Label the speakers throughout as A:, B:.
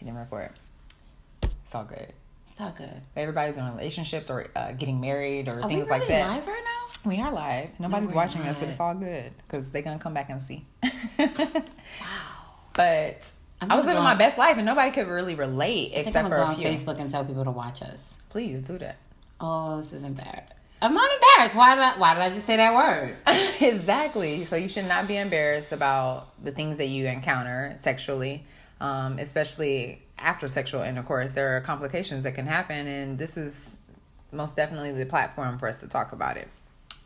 A: didn't report. It's all good. It's all good. Everybody's in relationships or uh, getting married or
B: Are
A: things
B: Oh, we
A: like
B: really
A: that.
B: live right now?
A: We are live. Nobody's
B: we're
A: watching us, but
B: not.
A: it's all good because they're gonna come back and see. But
B: I'm
A: i was living
B: gonna go
A: my
B: on-
A: best life, and nobody could really relate
B: I think I'm
A: except for
B: gonna go
A: a
B: on
A: few.
B: Facebook and tell people to watch us.
A: Please do that.
B: Oh, this is embarrassed. I'm not embarrassed. Why did I, why did I just say that word?
A: exactly. So you should not be embarrassed about the things that you encounter sexually, um, especially after sexual intercourse. There are complications that can happen, and this is most definitely the platform for us to talk about it,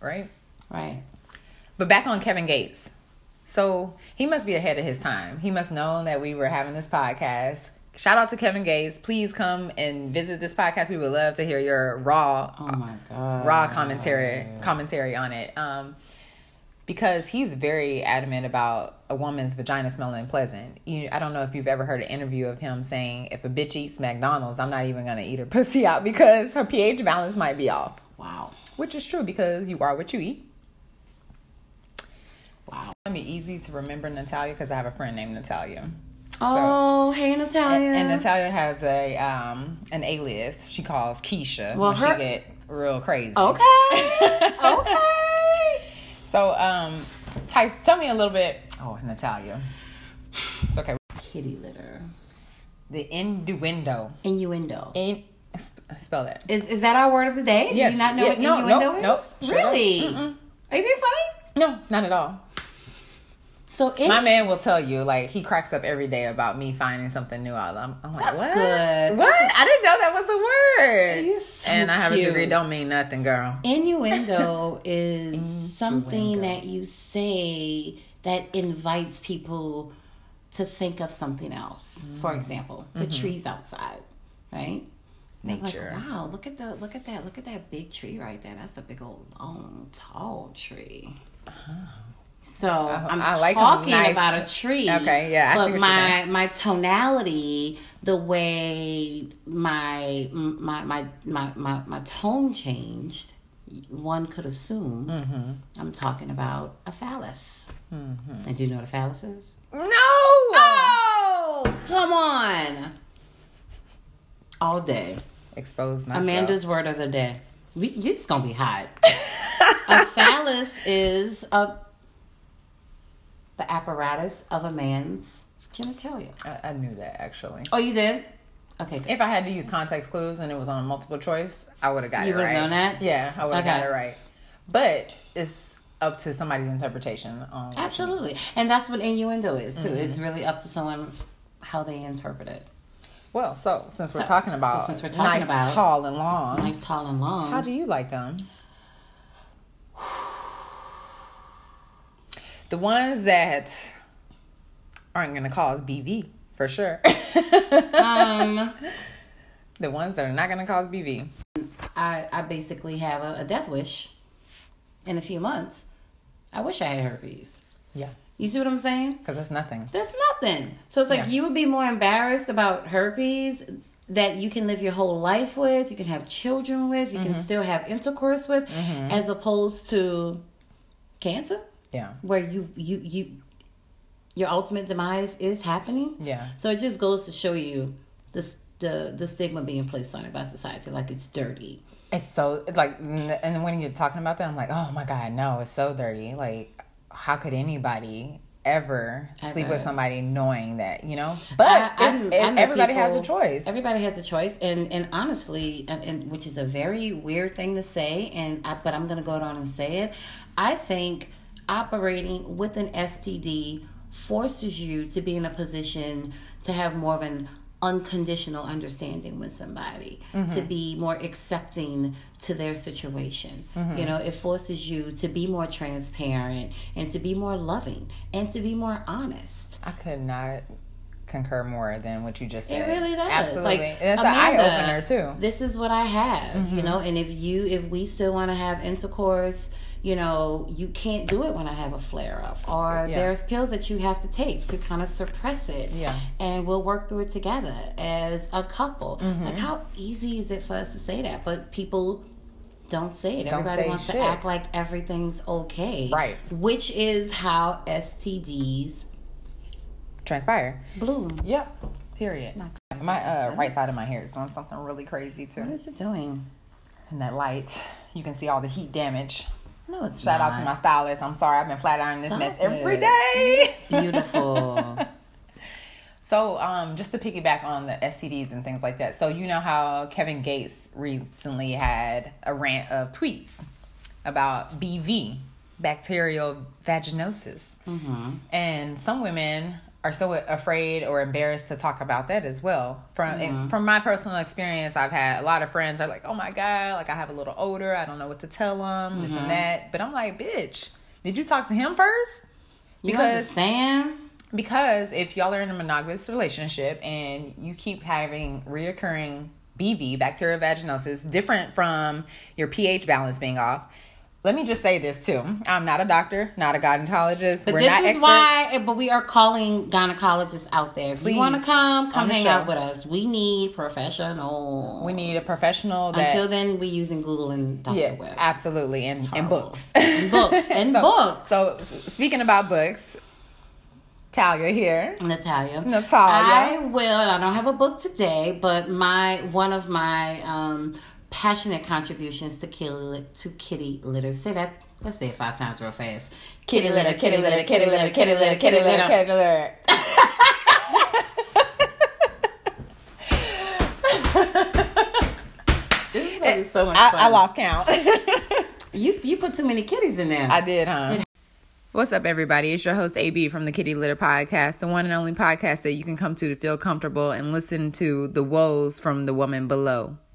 A: right?
B: Right.
A: But back on Kevin Gates. So he must be ahead of his time. He must know that we were having this podcast. Shout out to Kevin Gates. Please come and visit this podcast. We would love to hear your raw
B: Oh my god.
A: raw commentary commentary on it. Um, because he's very adamant about a woman's vagina smelling pleasant. You, I don't know if you've ever heard an interview of him saying, "If a bitch eats McDonald's, I'm not even gonna eat her pussy out because her pH balance might be off,"
B: Wow.
A: which is true because you are what you eat.
B: Wow.
A: It's gonna be easy to remember Natalia because I have a friend named Natalia.
B: Oh, hey Natalia.
A: And Natalia has a um an alias she calls Keisha
B: Well,
A: when
B: her- Oh,
A: she get real crazy.
B: Okay. okay.
A: So, um, Tice, tell me a little bit. Oh, Natalia. It's okay.
B: Kitty litter.
A: The innuendo.
B: Innuendo.
A: In, sp- spell that.
B: Is is that our word of the day?
A: Yes.
B: Do you not know
A: Yeah,
B: what
A: no,
B: innuendo
A: no,
B: is?
A: no. Shut up.
B: Really?
A: Mm-mm.
B: Are you being funny?
A: No, not at all.
B: So in-
A: My man will tell you, like, he cracks up every day about me finding something new out. I'm, I'm like,
B: That's
A: what?
B: good.
A: What? I didn't know that was a word.
B: You're so
A: and I have
B: cute.
A: a degree. Don't mean nothing, girl.
B: Innuendo is something
A: Innuendo.
B: that you say that invites people to think of something else. For example, the trees outside, right? They're like,
A: Nature.
B: wow, look at the look at that look at that big tree right there. That's a big old long tall tree. So I'm
A: Oh, I like a
B: talking
A: nice-
B: about a tree.
A: Okay, yeah, I see
B: but
A: what you're
B: my
A: saying.
B: my tonality, the way my my my my my, my tone changed, one could assume
A: Mm-hmm.
B: I'm talking about a phallus. And do you know what a phallus is?
A: No.
B: Oh, come on! All day,
A: Expose myself.
B: Amanda's word of the day. We, it's gonna be hot. a phallus is a the apparatus of a man's genitalia.
A: I, I knew that actually.
B: Oh, you did? Okay. Good.
A: If I had to use context clues and it was on a multiple choice, I would have got
B: You
A: it
B: would've
A: right.
B: known that?
A: Yeah, I would have
B: Okay.
A: got it right. But it's up to somebody's interpretation. On what you-
B: Absolutely. And that's what innuendo is, too. It's really up to someone how they interpret it.
A: Well, so since we're
B: So-
A: talking about
B: so since we're talking
A: nice,
B: about-
A: tall, and long,
B: Nice, tall, and long.
A: how do you like them? The ones that aren't going to cause BV for sure.
B: um,
A: the ones that are not going to cause BV.
B: I, I basically have a, a death wish in a few months. I wish I had herpes.
A: Yeah,
B: You see what I'm saying?
A: because that's nothing.
B: There's nothing. So it's like
A: Yeah.
B: you would be more embarrassed about herpes that you can live your whole life with, you can have children with, you can still have intercourse with, as opposed to cancer.
A: Yeah,
B: where you you you your ultimate demise is happening.
A: yeah.
B: So it just goes to show you this the the stigma being placed on it by society, like it's dirty.
A: It's so it's like, n- and when you're talking about that, I'm like, oh my god, no, it's so dirty. Like, how could anybody ever sleep
B: Ever.
A: with somebody knowing that, you know? But
B: I- I
A: it's-
B: kn- I
A: it-
B: know
A: everybody has a
B: people-
A: choice.
B: Everybody has a choice, and and honestly, and, and which is a very weird thing to say, and I, but I'm gonna go on and say it. I think operating with an STD forces you to be in a position to have more of an unconditional understanding with somebody
A: Mm-hmm.
B: to be more accepting to their situation
A: Mm-hmm.
B: you know it forces you to be more transparent and to be more loving and to be more honest
A: I could not concur more than what you just
B: it
A: said.
B: really does.
A: Absolutely,
B: Like,
A: and it's an
B: Amanda,
A: eye opener too. Mm-hmm.
B: This is what I have, you know. And if you, if we still want to have intercourse, you know, you can't do it when I have a flare up, or
A: Yeah.
B: there's pills that you have to take to kind of suppress it.
A: Yeah.
B: And we'll work through it together as a couple.
A: Mm-hmm.
B: Like, how easy is it for us to say that? But people. Don't say it.
A: Don't
B: Everybody
A: say
B: wants to
A: shit.
B: act like everything's okay.
A: Right.
B: Which is how STDs
A: Transpire.
B: bloom.
A: Yep. Period.
B: Not-
A: My uh, right side of my hair is doing something really crazy
B: What
A: too.
B: is it doing?
A: And that light, you can see all the heat damage.
B: No, it's
A: Shout out to my
B: not.
A: stylist. I'm sorry, I've been flat ironing this
B: Stop
A: mess every
B: it.
A: day.
B: beautiful.
A: So, um, just to piggyback on the STDs and things like that. So, you know how Kevin Gates recently had a rant of tweets about BV, bacterial vaginosis.
B: mm-hmm.
A: And some women are so afraid or embarrassed to talk about that as well. From and from my personal experience, I've had a lot of friends are like, "Oh my god, like I have a little odor. I don't know what to tell them, this and that." But I'm like, "Bitch, did you talk to him first?
B: You
A: Because-
B: understand?
A: Because if y'all are in a monogamous relationship and you keep having reoccurring BV, bacterial vaginosis, different from your pH balance being off. Let me just say this too. I'm not a doctor, not a gynecologist.
B: But
A: We're
B: this
A: not
B: is
A: experts.
B: why, eh, but we are calling gynecologists out there. If
A: Please,
B: you want to come,
A: on
B: come
A: the
B: hang
A: show.
B: out with us. We need professional.
A: We need a professional that
B: Until then, we using Google and Dr.
A: yeah,
B: Web.
A: absolutely, and, and
B: horrible.
A: books,
B: And books, and
A: so,
B: books.
A: So s- speaking about books, Talia here.
B: Natalia. I
A: Natalia.
B: will. and I don't have a book today, but my one of my um, passionate contributions to kitty, to kitty litter. Say that. Let's say it five times real fast. Kitty litter, kitty litter, kitty litter, kitty litter, kitty litter.
A: kitty litter.
B: This is gonna be so much
A: I,
B: fun.
A: I lost count.
B: You you put too many kitties in there.
A: I did, huh? What's up, everybody? It's your host, AB from the Kitty Litter Podcast, the one and only podcast that you can come to to feel comfortable and listen to the woes from the woman below.